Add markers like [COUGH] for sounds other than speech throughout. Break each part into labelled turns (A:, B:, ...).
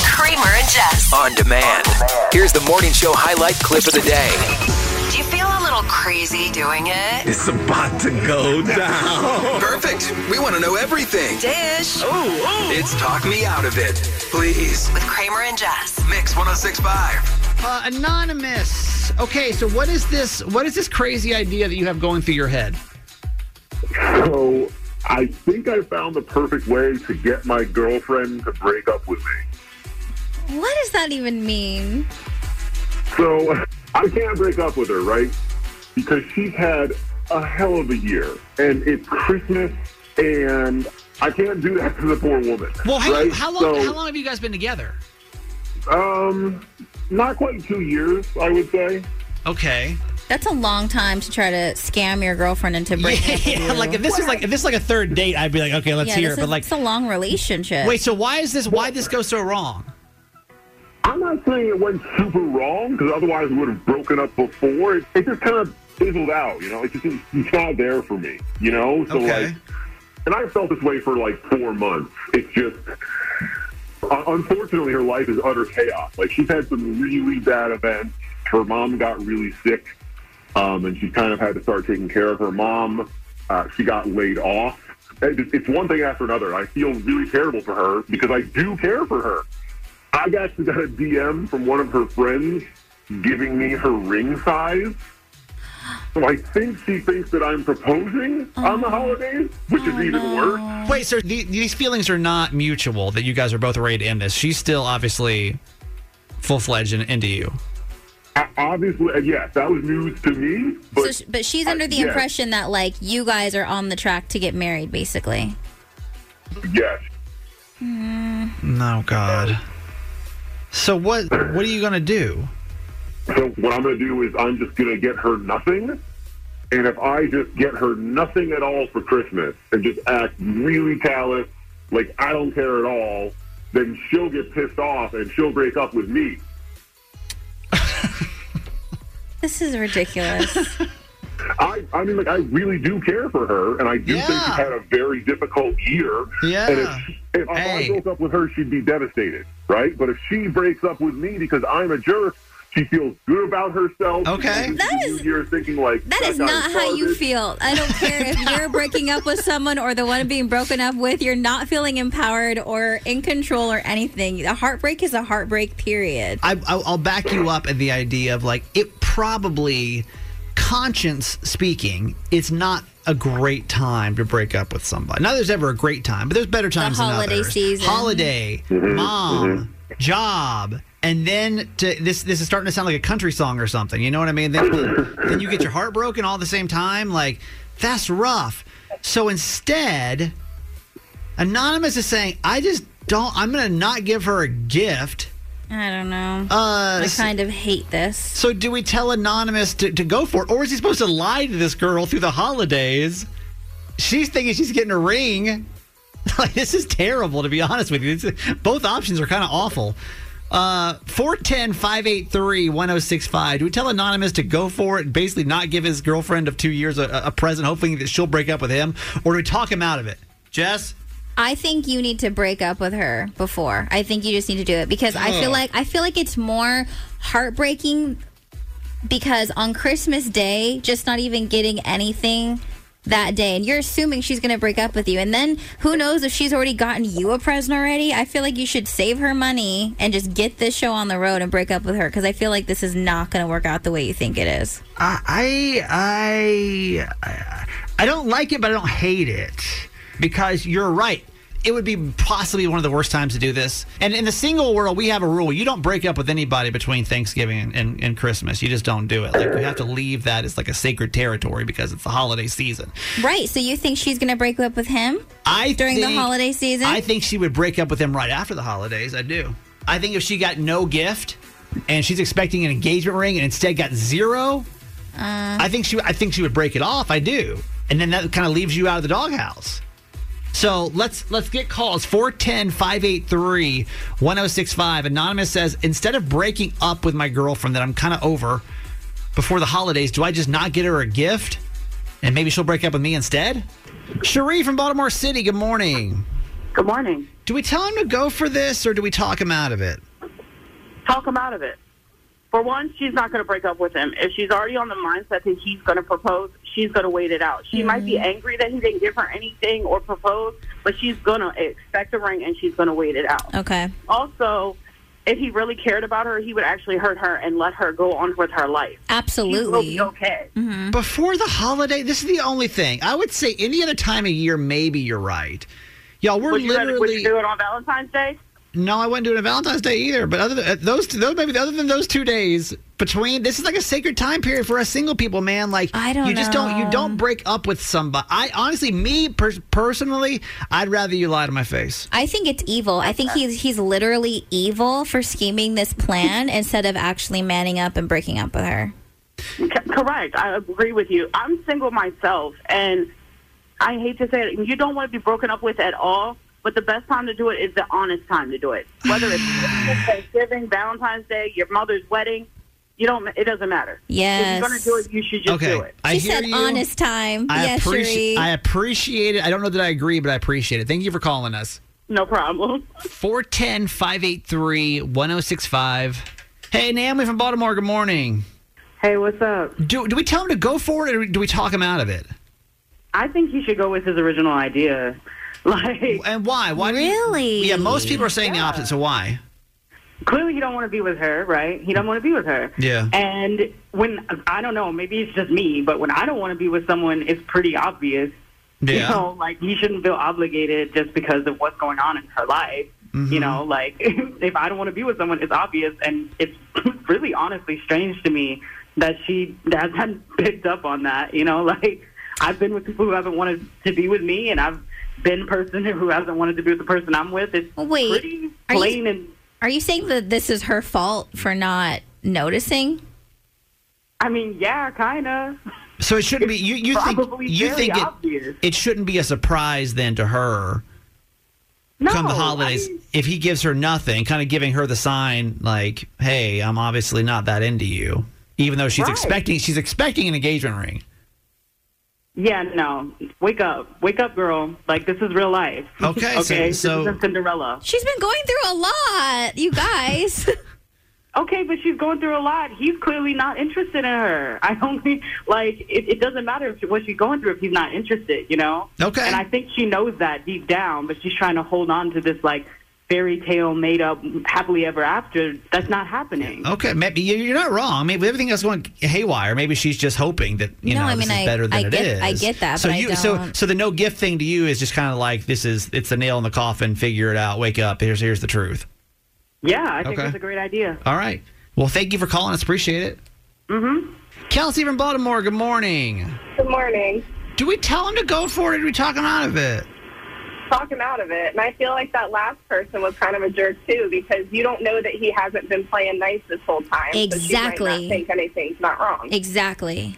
A: Kramer and Jess.
B: On demand. Here's the morning show highlight clip of the day.
A: Do you feel a little crazy doing it?
C: It's about to go down.
B: Perfect. We want to know everything.
A: Dish
B: It's Talk Me Out of It. Please.
A: with Kramer and Jess.
B: Mix 1065.
D: Uh, anonymous. Okay, so what is this? What is this crazy idea that you have going through your head?
E: So I think I found the perfect way to get my girlfriend to break up with me.
F: What does that even mean?
E: So [LAUGHS] I can't break up with her, right? Because she's had a hell of a year and it's Christmas and I can't do that to the poor woman.
D: Well, how,
E: right?
D: how long?
E: So,
D: how long have you guys been together?
E: Um, not quite two years, I would say.
D: Okay.
F: That's a long time to try to scam your girlfriend into breaking up
D: [LAUGHS]
F: with
D: Yeah,
F: you.
D: like if this is like if this is like a third date, I'd be like, okay, let's
F: yeah,
D: hear
F: this
D: it. But
F: is-
D: like,
F: it's a long relationship.
D: wait, so why is this? Why did this go so wrong?
E: I'm not saying it went super wrong because otherwise we would have broken up before. It, it just kind of fizzled out, you know. It just it's not there for me, you know. So
D: Okay.
E: like, and I felt this way for like four months. It's just un- unfortunately her life is utter chaos. Like she's had some really bad events. Her mom got really sick, um, and she kind of had to start taking care of her mom. Uh, she got laid off. It- It's one thing after another. I feel really terrible for her because I do care for her. I actually got a DM from one of her friends giving me her ring size. So I think she thinks that I'm proposing on
F: Oh.
E: the holidays, which is even worse.
D: Wait, so the, these feelings are not mutual. That you guys are both ready to end this. She's still obviously full fledged in, into you.
E: O- Obviously, yes, that was news to me. But
F: So sh- but she's under the
E: yes.
F: impression that like you guys are on the track to get married, basically.
E: yes,
D: No God. So what? What are you gonna do?
E: So what I'm going to do is I'm just going to get her nothing. And if I just get her nothing at all for Christmas and just act really callous, like I don't care at all, then she'll get pissed off and she'll break up with me.
F: This
D: [LAUGHS]
F: is ridiculous.
E: I, I mean, like I really do care for her, and I do think
D: Yeah.
E: she's had a very difficult year.
D: Yeah.
E: And if, if
D: Hey.
E: I broke up with her, she'd be devastated, right? But if she breaks up with me because I'm a jerk, she feels good about herself.
D: Okay.
F: That
E: That is.
F: is-
E: You're thinking like
F: That
E: guy's
F: is not how you
E: garbage."
F: feel.
D: [LAUGHS]
F: I don't care if you're breaking up with someone or the one being broken up with. You're not feeling empowered or in control or anything. A heartbreak is a heartbreak, period.
D: I, I- I'll back you up at the idea of like it probably, conscience speaking, it's not a great time to break up with somebody. Not that there's ever a great time, but there's better times
F: holiday
D: than others.
F: season.
D: Holiday, mom, job, and then to this. This is starting to sound like a country song or something. You know what I mean? Then, then you get your heart broken all at the same time. Like that's rough. So instead. Anonymous is saying, I just don't, I'm going to not give her a gift.
F: I don't know.
D: Uh,
F: I kind of hate this.
D: so do we tell Anonymous to, to go for it? Or is he supposed to lie to this girl through the holidays? She's thinking she's getting a ring. [LAUGHS] Like, this is terrible, to be honest with you. It's- both options are kind of awful. Uh, 410-583-1065. Do we tell Anonymous to go for it and basically not give his girlfriend of two years a, a present, hoping that she'll break up with him? Or do we talk him out of it? Jess?
F: I think you need to break up with her before. I think you just need to do it because I feel like I feel like it's more heartbreaking because on Christmas Day, just not even getting anything that day and you're assuming she's going to break up with you and then who knows if she's already gotten you a present already i feel like you should save her money and just get this show on the road and break up with her because i feel like this is not going to work out the way you think it is
D: I I I don't like it, but I don't hate it because you're right. It would be possibly one of the worst times to do this. And in the single world, we have a rule: you don't break up with anybody between Thanksgiving and, and, and Christmas. You just don't do it. Like you have to leave that as like a sacred territory because it's the holiday season.
F: right so you think she's going to break up with him
D: I
F: during the
D: think-
F: holiday season
D: I think she would break up with him right after the holidays. I do. I think if she got no gift and she's expecting an engagement ring and instead got zero,
F: Uh.
D: I think she I think she would break it off. I do. And then that kind of leaves you out of the doghouse. So let's letets get calls 410-583-1065. Anonymous says, instead of breaking up with my girlfriend that I'm kind of over before the holidays, do I just not get her a gift? And maybe she'll break up with me instead? Cherie from Baltimore City, good morning.
G: Good morning.
D: Do we tell him to go for this or do we talk him out of it?
G: talk him out of it. For one, she's not going to break up with him. If she's already on the mindset that he's going to propose, she's going to wait it out. She might be angry that he didn't give her anything or propose, but she's going to expect a ring and she's going to wait it out.
F: Okay.
G: Also, if he really cared about her, he would actually hurt her and let her go on with her life. She will
F: Absolutely.
G: be okay.
D: Before the holiday, this is the only thing. I would say any other time of year, maybe you're right. Y'all, we're
G: Would you, rather, would
D: literally
G: you do it on Valentine's Day?
D: no. I wouldn't do it on Valentine's Day either. But other than uh, those, two, those maybe other than those two days between, this is like a sacred time period for us single people, man. Like
F: I don't
D: you just don't you
F: know.
D: don't break up with somebody. I honestly, me pers- personally, I'd rather you lie to my face.
F: I think it's evil. I think he's he's literally evil for scheming
D: [LAUGHS]
F: this plan instead of actually manning up and breaking up with her.
G: C- correct. I agree with you. I'm single myself, and I hate to say it, you don't want to be broken up with at all. But the best time to do it is the honest time to do it. Whether it's Christmas, Thanksgiving, Valentine's Day, your mother's wedding, you don't. It doesn't matter. If
F: Yes.
G: you're going to do it, you should just
D: okay,
G: do it.
D: I
F: she
D: hear
F: said
D: you.
F: honest time.
D: I
F: yes,
D: appreciate.
F: Sheree.
D: I appreciate it. I don't know that I agree, but I appreciate it. Thank you for calling us.
G: No problem.
D: 410 583 1065. Hey, Naomi from Baltimore, good morning.
G: Hey, what's up?
D: Do, do we tell him to go for it or do we talk him out of it?
G: I think he should go with his original idea. [LAUGHS] Like
D: And why? Why do you-
F: really?
D: yeah, most people are saying the opposite, so why?
G: clearly he don't want to be with her, right? He don't want to be with her.
D: Yeah.
G: And when I don't know, maybe it's just me, but when I don't want to be with someone, it's pretty obvious. You know, like he shouldn't feel obligated just because of what's going on in her life. You know, like [LAUGHS] if I don't want to be with someone, it's obvious, and it's [LAUGHS] really honestly strange to me that she hasn't [LAUGHS] picked up on that. You know, [LAUGHS] like I've been with people who haven't wanted to be with me, and I've been person who hasn't wanted to be with the person I'm with. It's
F: Wait,
G: pretty
F: are you-
G: plain and
F: Are you saying that this is her fault for not noticing?
G: I mean, yeah, kind of.
D: So it shouldn't be you you think
G: Probably
D: you
G: very
D: think it,
G: obvious.
D: it shouldn't be a surprise then to her
G: No,
D: come the holidays
G: I mean,
D: if he gives her nothing, kind of giving her the sign like, "Hey, I'm obviously not that into you." Even though she's
G: Right.
D: expecting she's expecting an engagement ring.
G: yeah, no. Wake up, wake up, girl. Like this is real life.
D: Okay, so-
G: okay.
D: so-
G: this isn't Cinderella.
F: She's been going through a lot,
D: [LAUGHS]
F: you guys.
G: Okay, but she's going through a lot. He's clearly not interested in her. [LAUGHS] I don't think like it, it doesn't matter if she, what she's going through if he's not interested. You know.
D: Okay.
G: And I think she knows that deep down, but she's trying to hold on to this like fairy tale made up happily ever after. That's not happening.
D: Okay, maybe you- you're not wrong. Maybe everything else going haywire. Maybe she's just hoping that you
F: No,
D: know
F: I
D: this
F: mean,
D: is
F: I-
D: better than
F: I
D: it
F: get-
D: is.
F: I get that,
D: So
F: but I
D: you, so
F: don't-
D: so the no gift thing to you is just kind of like this is it's the nail in the coffin. Figure it out. Wake up. Here's here's the truth.
G: Yeah, I think
D: Okay.
G: that's a great idea.
D: All right. Well, thank you for calling us. Appreciate it. Mm-hmm. Kelsey from Baltimore. Good morning.
H: Good morning.
D: Do we tell him to go for it? or Do we talk him out of it?
H: Talk him out of it. And I feel like that last person was kind of a jerk too because you don't know that he hasn't been playing nice this whole time. So she might not
F: Exactly.
H: think anything's not wrong.
F: exactly.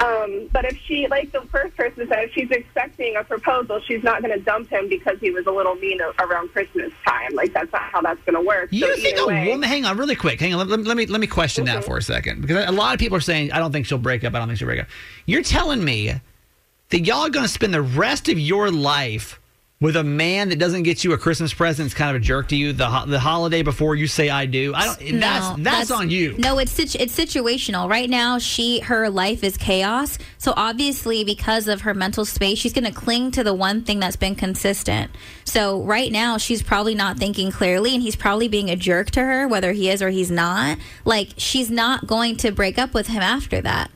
H: Um, but if she, like the first person said, if she's expecting a proposal, she's not going to dump him because he was a little mean a- around Christmas time. Like that's not how that's going to work.
D: You
H: so
D: think
H: either
D: a
H: way, Mm-hmm.
D: woman? Hang on, really quick. Hang on. Let, let- let me let me question that for a second because a lot of people are saying I don't think she'll break up. I don't think she'll break up. You're telling me that y'all are going to spend the rest of your life with a man that doesn't get you a Christmas present. Is kind of a jerk to you. The ho- the holiday before you say I do. I don't.
F: No,
D: that's, that's on you.
F: No, it's situ- it's situational. Right now, she her life is chaos. So obviously, because of her mental space, she's going to cling to the one thing that's been consistent. So right now, she's probably not thinking clearly, and he's probably being a jerk to her, whether he is or he's not. Like she's not going to break up with him after that.